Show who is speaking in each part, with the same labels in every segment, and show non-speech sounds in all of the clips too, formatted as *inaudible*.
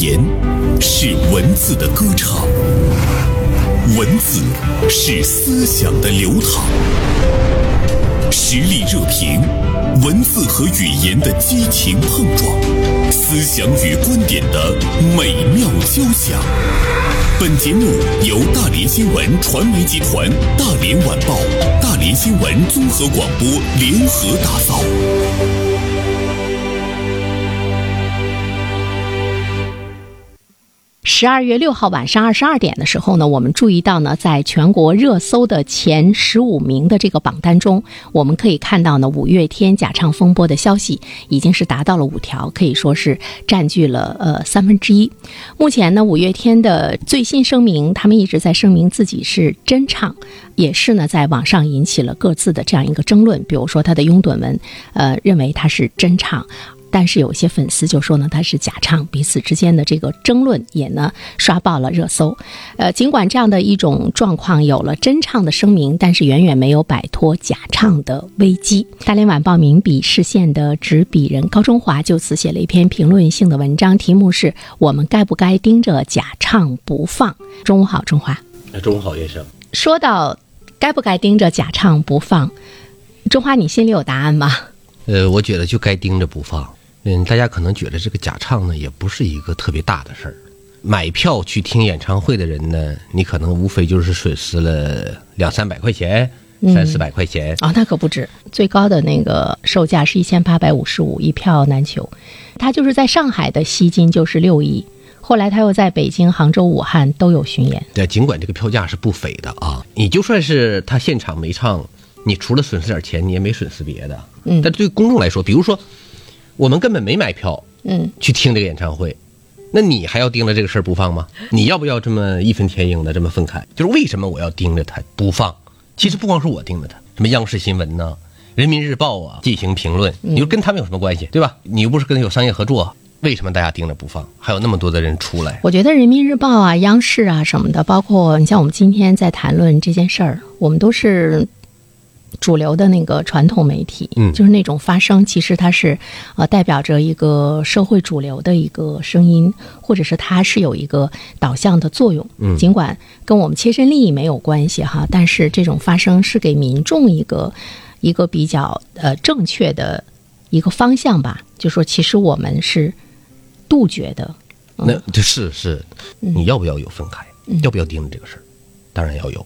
Speaker 1: 言是文字的歌唱，文字是思想的流淌。实力热评，文字和语言的激情碰撞，思想与观点的美妙交响。本节目由大连新闻传媒集团、大连晚报、大连新闻综合广播联合打造。
Speaker 2: 十二月六号晚上二十二点的时候呢，我们注意到呢，在全国热搜的前十五名的这个榜单中，我们可以看到呢，五月天假唱风波的消息已经是达到了五条，可以说是占据了呃三分之一。目前呢，五月天的最新声明，他们一直在声明自己是真唱，也是呢在网上引起了各自的这样一个争论。比如说他的拥趸们，呃，认为他是真唱，但是有些粉丝就说呢，他是假唱，彼此之间的这个争论也呢刷爆了热搜。呃，尽管这样的一种状况有了真唱的声明，但是远远没有摆脱假唱的危机。大连晚报名笔视线的执笔人高中华就此写了一篇评论性的文章，题目是“我们该不该盯着假唱不放”。中午好，中华。
Speaker 3: 那哎中午好，先生。
Speaker 2: 说到该不该盯着假唱不放，中华，你心里有答案吗？
Speaker 3: 呃，我觉得就该盯着不放。嗯，大家可能觉得这个假唱呢，也不是一个特别大的事儿。买票去听演唱会的人呢，你可能无非就是损失了两三百块钱、三四百块钱。
Speaker 2: 啊、那可不止，最高的那个售价是一千八百五十五，一票难求。他就是在上海的吸金就是六亿，后来他又在北京、杭州、武汉都有巡演。
Speaker 3: 对，尽管这个票价是不菲的啊，你就算是他现场没唱，你除了损失点钱，你也没损失别的。嗯，但是对公众来说，比如说我们根本没买票，
Speaker 2: 嗯，
Speaker 3: 去听这个演唱会，那你还要盯着这个事儿不放吗？你要不要这么义愤填膺的这么愤慨？就是为什么我要盯着它不放？其实不光是我盯着它，什么央视新闻呐、人民日报啊进行评论，你说跟他们有什么关系，对吧？你又不是跟他有商业合作，啊为什么大家盯着不放？还有那么多的人出来，
Speaker 2: 我觉得《人民日报》啊、央视啊什么的，包括你像我们今天在谈论这件事儿，我们都是主流的那个传统媒体，
Speaker 3: 嗯
Speaker 2: 就是那种发声，其实它是呃代表着一个社会主流的一个声音，或者是它是有一个导向的作用，嗯，尽管跟我们切身利益没有关系哈，但是这种发声是给民众一个一个比较呃正确的一个方向吧，就说其实我们是杜绝的，
Speaker 3: 那这是是，你要不要有愤慨？要不要盯着这个事儿？当然要有。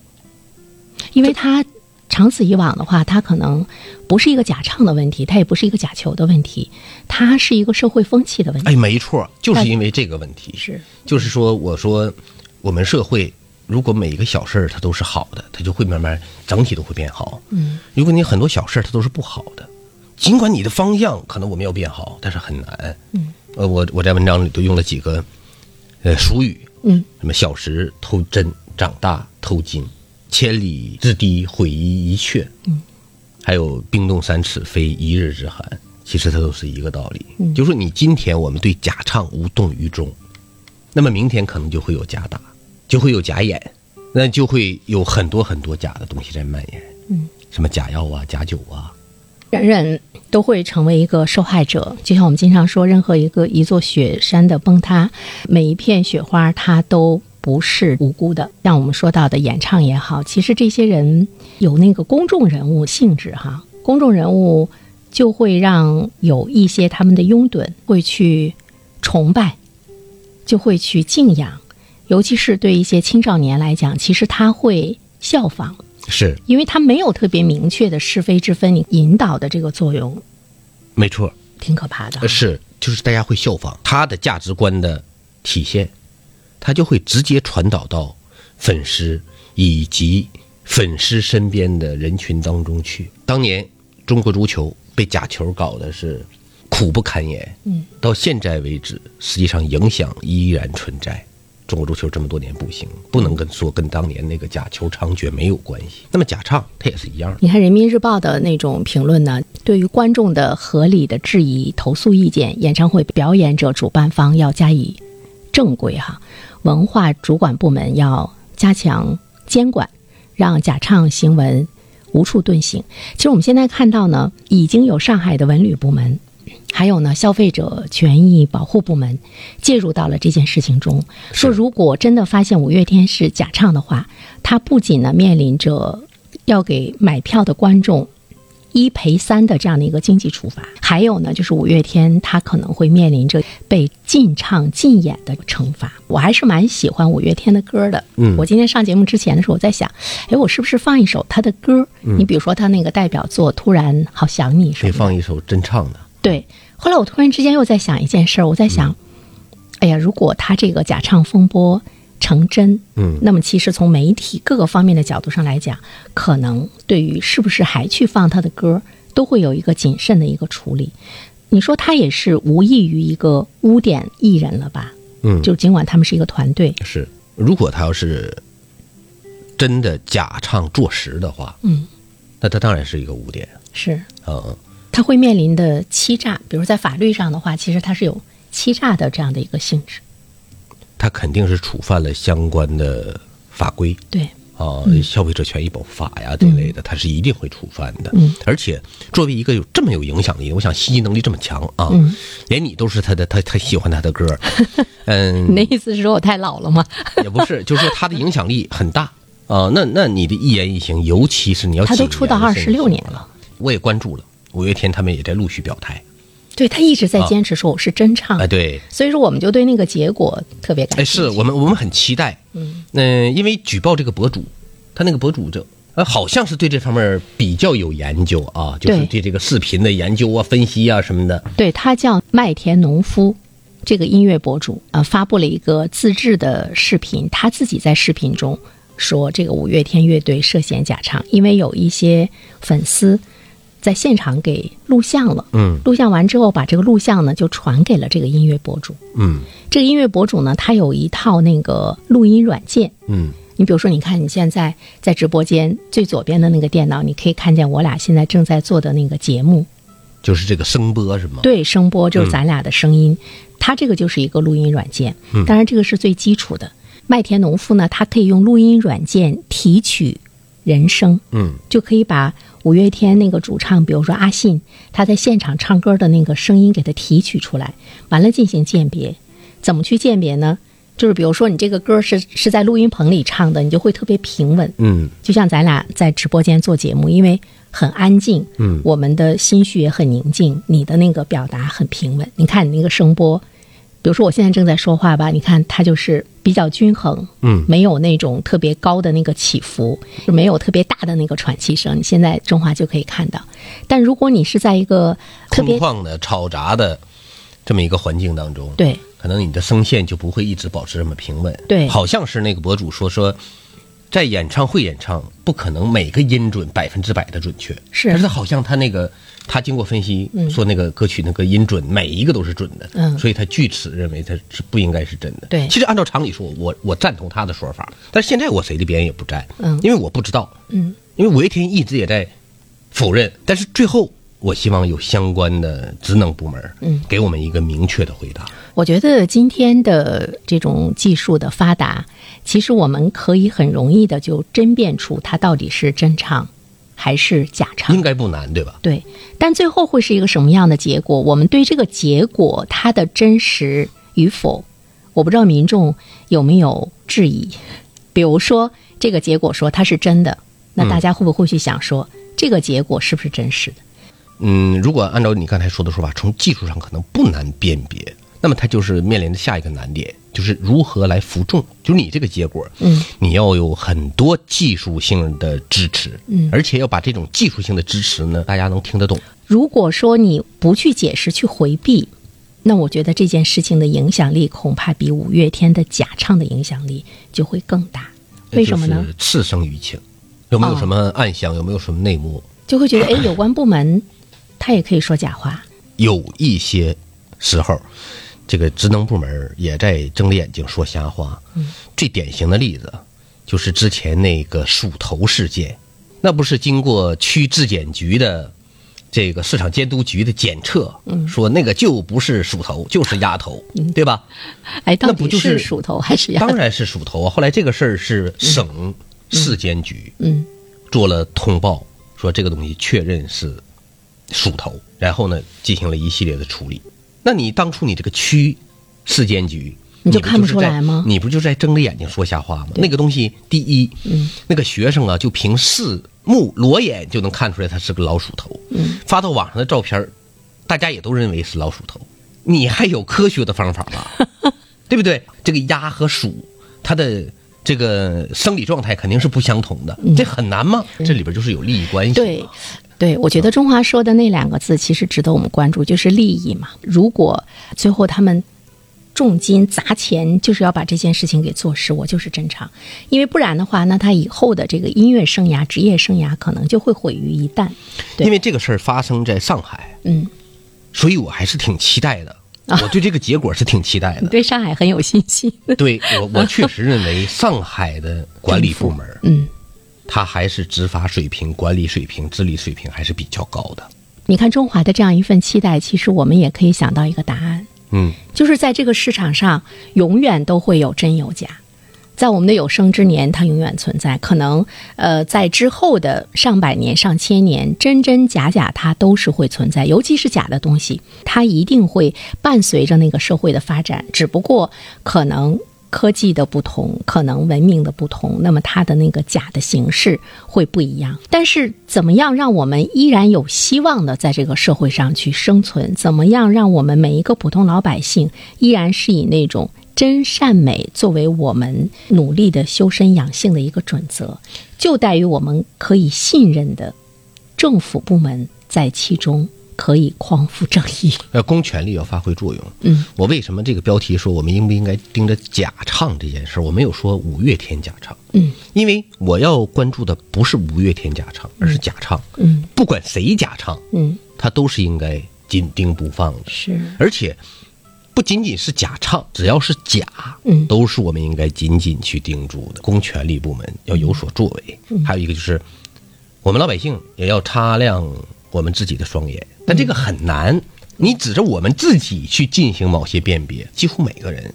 Speaker 2: 因为他长此以往的话，他可能不是一个假唱的问题，他也不是一个假球的问题，它是一个社会风气的问题。
Speaker 3: 哎，没错，就是因为这个问题，
Speaker 2: 是
Speaker 3: 就是说，我说我们社会如果每一个小事儿它都是好的，它就会慢慢整体都会变好。嗯，如果你很多小事儿它都是不好的，尽管你的方向可能我们要变好，但是很难。嗯，呃，我我在文章里都用了几个呃俗语，
Speaker 2: 嗯，
Speaker 3: 什么小时偷针，长大偷金，千里之堤毁于一穴，嗯，还有冰冻三尺非一日之寒，其实它都是一个道理。嗯，就说你今天我们对假唱无动于衷，那么明天可能就会有假打，就会有假演，那就会有很多很多假的东西在蔓延。嗯，什么假药啊、假酒啊，
Speaker 2: 人人都会成为一个受害者，就像我们经常说，任何一个一座雪山的崩塌，每一片雪花它都不是无辜的。像我们说到的演唱也好，其实这些人有那个公众人物性质哈，公众人物就会让有一些他们的拥趸会去崇拜，就会去敬仰，尤其是对一些青少年来讲，其实他会效仿。
Speaker 3: 是
Speaker 2: 因为它没有特别明确的是非之分，你引导的这个作用
Speaker 3: 没错。
Speaker 2: 挺可怕的
Speaker 3: 呃。是，就是大家会效仿他的价值观的体现，他就会直接传导到粉丝以及粉丝身边的人群当中去。当年中国足球被假球搞的是苦不堪言，嗯，到现在为止，实际上影响依然存在。中国足球这么多年不行，不能跟说跟当年那个假球猖獗没有关系。那么假唱它也是一样的。
Speaker 2: 你看《人民日报》的那种评论呢，对于观众的合理的质疑、投诉意见，演唱会表演者、主办方要加以正规哈、文化主管部门要加强监管，让假唱行文无处遁形。其实我们现在看到呢，已经有上海的文旅部门还有呢，消费者权益保护部门介入到了这件事情中，说如果真的发现五月天是假唱的话，他不仅呢面临着要给买票的观众一赔三的这样的一个经济处罚，还有呢就是五月天他可能会面临着被禁唱禁演的惩罚。我还是蛮喜欢五月天的歌的，
Speaker 3: 嗯
Speaker 2: 我今天上节目之前的时候，我在想，哎，我是不是放一首他的歌？你比如说他那个代表作《突然好想你》什
Speaker 3: 可以
Speaker 2: 么的。
Speaker 3: 放一首真唱的，
Speaker 2: 对，后来我突然之间又在想一件事儿，
Speaker 3: 嗯
Speaker 2: 我在想，哎呀，如果他这个假唱风波成真，
Speaker 3: 嗯
Speaker 2: 那么其实从媒体各个方面的角度上来讲，可能对于是不是还去放他的歌，都会有一个谨慎的一个处理。你说他也是无异于一个污点艺人了吧？
Speaker 3: 嗯
Speaker 2: 就尽管他们是一个团队，
Speaker 3: 是，如果他要是真的假唱坐实的话，
Speaker 2: 嗯，
Speaker 3: 那他当然是一个污点
Speaker 2: 是
Speaker 3: 啊、嗯
Speaker 2: 他会面临的欺诈，比如在法律上的话，其实他是有欺诈的这样的一个性质。
Speaker 3: 他肯定是触犯了相关的法规
Speaker 2: 对，
Speaker 3: 啊，
Speaker 2: 嗯
Speaker 3: 消费者权益保护法呀这类的，他是一定会触犯的。
Speaker 2: 嗯
Speaker 3: 而且作为一个有这么有影响力，我想吸金能力这么强啊，
Speaker 2: 嗯
Speaker 3: 连你都是他的，他他喜欢他的歌
Speaker 2: *laughs*
Speaker 3: 儿，嗯，
Speaker 2: *laughs* 你的意思是说我太老了吗？
Speaker 3: 也不是，就是说他的影响力很大啊、那那你的一言一行，尤其是你要
Speaker 2: 他都
Speaker 3: 谨
Speaker 2: 出道
Speaker 3: 言慎
Speaker 2: 26
Speaker 3: 行
Speaker 2: 年了，
Speaker 3: 我也关注了，五月天他们也在陆续表态。
Speaker 2: 对他一直在坚持说我是真唱，
Speaker 3: 啊哎，对，
Speaker 2: 所以说我们就对那个结果特别
Speaker 3: 哎，
Speaker 2: 感兴
Speaker 3: 是
Speaker 2: 趣。
Speaker 3: 我们我们很期待。嗯、因为举报这个博主，他那个博主这。呃，好像是对这方面比较有研究啊，就是
Speaker 2: 对
Speaker 3: 对这个视频的研究啊、分析啊什么的。
Speaker 2: 对他叫麦田农夫，这个音乐博主啊、呃发布了一个自制的视频，他自己在视频中说这个五月天乐队涉嫌假唱，因为有一些粉丝在现场给录像了，
Speaker 3: 嗯
Speaker 2: 录像完之后把这个录像呢就传给了这个音乐博主。
Speaker 3: 嗯
Speaker 2: 这个音乐博主呢，他有一套那个录音软件，
Speaker 3: 嗯，
Speaker 2: 你比如说，你看你现在在直播间最左边的那个电脑，你可以看见我俩现在正在做的那个节目，
Speaker 3: 就是这个声波是吗？
Speaker 2: 对，声波就是咱俩的声音，它这个就是一个录音软件，当然这个是最基础的。麦田农夫呢，他可以用录音软件提取人声，
Speaker 3: 嗯，
Speaker 2: 就可以把五月天那个主唱，比如说阿信，他在现场唱歌的那个声音给他提取出来，完了进行鉴别。怎么去鉴别呢？就是比如说你这个歌是是在录音棚里唱的，你就会特别平稳，
Speaker 3: 嗯
Speaker 2: 就像咱俩在直播间做节目，因为很安静，
Speaker 3: 嗯
Speaker 2: 我们的心绪也很宁静，你的那个表达很平稳。你看你那个声波，比如说我现在正在说话吧，你看它就是比较均衡，
Speaker 3: 嗯
Speaker 2: 没有那种特别高的那个起伏，就没有特别大的那个喘气声。你现在中华就可以看到，但如果你是在一个特
Speaker 3: 空
Speaker 2: 别
Speaker 3: 旷的、嘈杂的这么一个环境当中，
Speaker 2: 对
Speaker 3: 可能你的声线就不会一直保持这么平稳。
Speaker 2: 对
Speaker 3: 好像是那个博主说说，在演唱会演唱不可能每个音准百分之百的准确，
Speaker 2: 是
Speaker 3: 但是好像他那个他经过分析、说那个歌曲那个音准每一个都是准的，
Speaker 2: 嗯
Speaker 3: 所以他据此认为他是不应该是真的。
Speaker 2: 对
Speaker 3: 其实按照常理说，我我赞同他的说法，但是现在我谁的边也不站，
Speaker 2: 嗯
Speaker 3: 因为我不知道，
Speaker 2: 嗯，
Speaker 3: 因为五月天一直也在否认，但是最后。我希望有相关的职能部门，
Speaker 2: 嗯，
Speaker 3: 给我们一个明确的回答。
Speaker 2: 我觉得今天的这种技术的发达，其实我们可以很容易的就甄辨出它到底是真唱还是假唱
Speaker 3: 应。该不难，对吧？
Speaker 2: 对，但最后会是一个什么样的结果？我们对这个结果它的真实与否，我不知道民众有没有质疑。比如说，这个结果说它是真的，那大家会不会去想说，这个结果是不是真实的？
Speaker 3: 嗯，如果按照你刚才说的说法，从技术上可能不难辨别，那么它就是面临着下一个难点，就是如何来服众，就是你这个结果，
Speaker 2: 嗯，
Speaker 3: 你要有很多技术性的支持，嗯，而且要把这种技术性的支持呢，大家能听得懂，
Speaker 2: 如果说你不去解释、去回避，那我觉得这件事情的影响力恐怕比五月天的假唱的影响力就会更大。为什么呢？？哦
Speaker 3: 就是、次生于情，有没有什么暗箱？有没有什么内幕？
Speaker 2: 就会觉得，哎，有关部门他也可以说假话。
Speaker 3: 有一些时候，这个职能部门也在睁着眼睛说瞎话。最典型的例子就是之前那个鼠头事件，那不是经过区质检局的这个市场监督局的检测，说那个就不是鼠头，就是鸭头，对吧？
Speaker 2: 哎，到
Speaker 3: 那
Speaker 2: 底
Speaker 3: 不就是
Speaker 2: 鼠头还是鸭
Speaker 3: 当？然是鼠头啊。后来这个事儿是省市监局
Speaker 2: 嗯
Speaker 3: 做了通报，说这个东西确认是鼠头，然后呢进行了一系列的处理。那你当初你这个区市监局，
Speaker 2: 你就
Speaker 3: 不
Speaker 2: 看不
Speaker 3: 是
Speaker 2: 出
Speaker 3: 在
Speaker 2: 来吗
Speaker 3: 你不就在睁着眼睛说瞎话吗？那个东西，第一，嗯，那个学生啊，就凭视目裸眼就能看出来他是个老鼠头。嗯，发到网上的照片儿，大家也都认为是老鼠头。你还有科学的方法吗？对不对？这个鸭和鼠，它的这个生理状态肯定是不相同的，这很难吗？这里边就是有利益关系。
Speaker 2: 嗯对，对，我觉得中华说的那两个字其实值得我们关注，就是利益嘛。如果最后他们重金砸钱，就是要把这件事情给做实，我就是正常，因为不然的话，那他以后的这个音乐生涯、职业生涯可能就会毁于一旦。对
Speaker 3: 因为这个事儿发生在上海，
Speaker 2: 嗯，
Speaker 3: 所以我还是挺期待的。
Speaker 2: 啊
Speaker 3: 我对这个结果是挺期待
Speaker 2: *laughs* 你
Speaker 3: 的。
Speaker 2: 对上海很有信心，
Speaker 3: 对我，我确实
Speaker 2: *laughs*
Speaker 3: 认为上海的管理部门，
Speaker 2: 嗯，
Speaker 3: 它还是执法水平、管理水平、治理水平还是比较高的。
Speaker 2: 你看中华的这样一份期待，其实我们也可以想到一个答案，
Speaker 3: 嗯，
Speaker 2: 就是在这个市场上，永远都会有真有假。在我们的有生之年，它永远存在。可能，呃，在之后的上百年、上千年，真真假假它都是会存在。尤其是假的东西，它一定会伴随着那个社会的发展。只不过，可能科技的不同，可能文明的不同，那么它的那个假的形式会不一样。但是，怎么样让我们依然有希望的在这个社会上去生存？怎么样让我们每一个普通老百姓依然是以那种真善美作为我们努力的修身养性的一个准则，就在于我们可以信任的政府部门在其中可以匡扶正义。
Speaker 3: 呃，公权力要发挥作用。
Speaker 2: 嗯，
Speaker 3: 我为什么这个标题说我们应不应该盯着假唱这件事儿？我没有说五月天假唱。
Speaker 2: 嗯，
Speaker 3: 因为我要关注的不是五月天假唱，而是假唱。
Speaker 2: 嗯，
Speaker 3: 不管谁假唱，
Speaker 2: 嗯，
Speaker 3: 他都是应该紧盯不放的。
Speaker 2: 是，
Speaker 3: 而且不仅仅是假唱，只要是假，
Speaker 2: 嗯
Speaker 3: 都是我们应该紧紧去盯住的。公权力部门要有所作为，还有一个就是我们老百姓也要擦亮我们自己的双眼，但这个很难。你指着我们自己去进行某些辨别，几乎每个人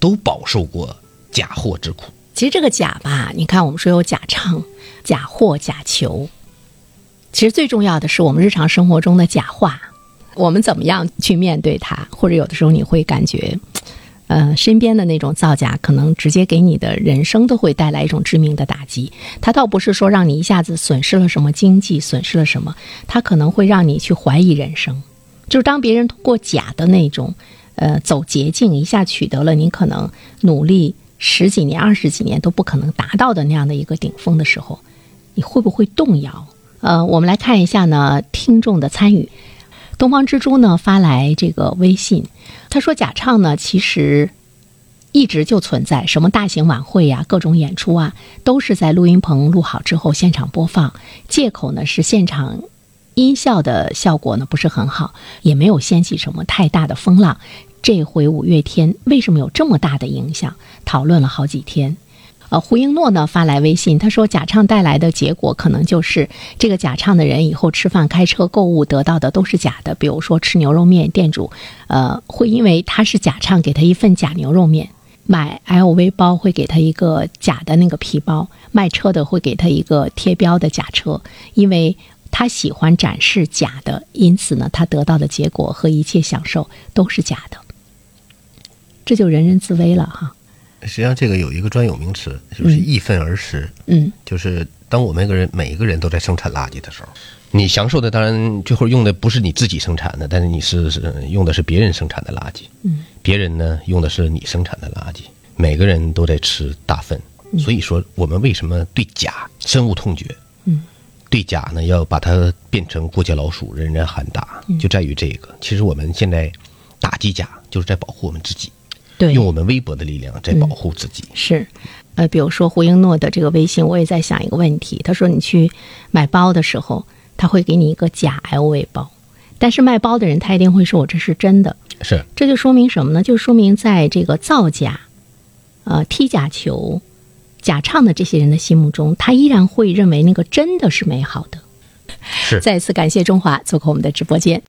Speaker 3: 都饱受过假货之苦。
Speaker 2: 其实这个假吧，你看我们说有假唱、假货、假球，其实最重要的是我们日常生活中的假话，我们怎么样去面对它？或者有的时候你会感觉，呃，身边的那种造假，可能直接给你的人生都会带来一种致命的打击。它倒不是说让你一下子损失了什么经济，损失了什么，它可能会让你去怀疑人生。就是当别人通过假的那种，呃，走捷径一下取得了你可能努力十几年、二十几年都不可能达到的那样的一个顶峰的时候，你会不会动摇？呃，我们来看一下呢，听众的参与。东方之珠呢发来这个微信，他说假唱呢其实一直就存在，什么大型晚会呀、各种演出啊，都是在录音棚录好之后现场播放，借口呢是现场音效的效果呢不是很好，也没有掀起什么太大的风浪。这回五月天为什么有这么大的影响？讨论了好几天。呃，胡英诺呢发来微信，他说假唱带来的结果可能就是这个假唱的人以后吃饭、开车、购物得到的都是假的，比如说吃牛肉面，店主呃会因为他是假唱给他一份假牛肉面。买 LV 包会给他一个假的那个皮包，卖车的会给他一个贴标的假车，因为他喜欢展示假的，因此呢，他得到的结果和一切享受都是假的，这就人人自危了哈。
Speaker 3: 实际上，这个有一个专有名词，就是义愤而食。
Speaker 2: 嗯，
Speaker 3: 就是当我们一个人每一个人都在生产垃圾的时候，你享受的当然最后用的不是你自己生产的，但是你是是用的是别人生产的垃圾。嗯，别人呢用的是你生产的垃圾，每个人都在吃大粪。所以说，我们为什么对假深恶痛绝？
Speaker 2: 嗯，
Speaker 3: 对假呢要把它变成过街老鼠，人人喊打，
Speaker 2: 嗯
Speaker 3: 就在于这个。其实我们现在打击假，就是在保护我们自己，
Speaker 2: 对，
Speaker 3: 用我们微薄的力量在保护自己。
Speaker 2: 是，呃，比如说胡英诺的这个微信，我也在想一个问题。他说你去买包的时候，他会给你一个假 LV 包，但是卖包的人他一定会说我这是真的，
Speaker 3: 嗯是，
Speaker 2: 这就说明什么呢？就说明在这个造假、呃踢假球、假唱的这些人的心目中，他依然会认为那个真的是美好的。
Speaker 3: 是
Speaker 2: 再次感谢中华做客我们的直播间。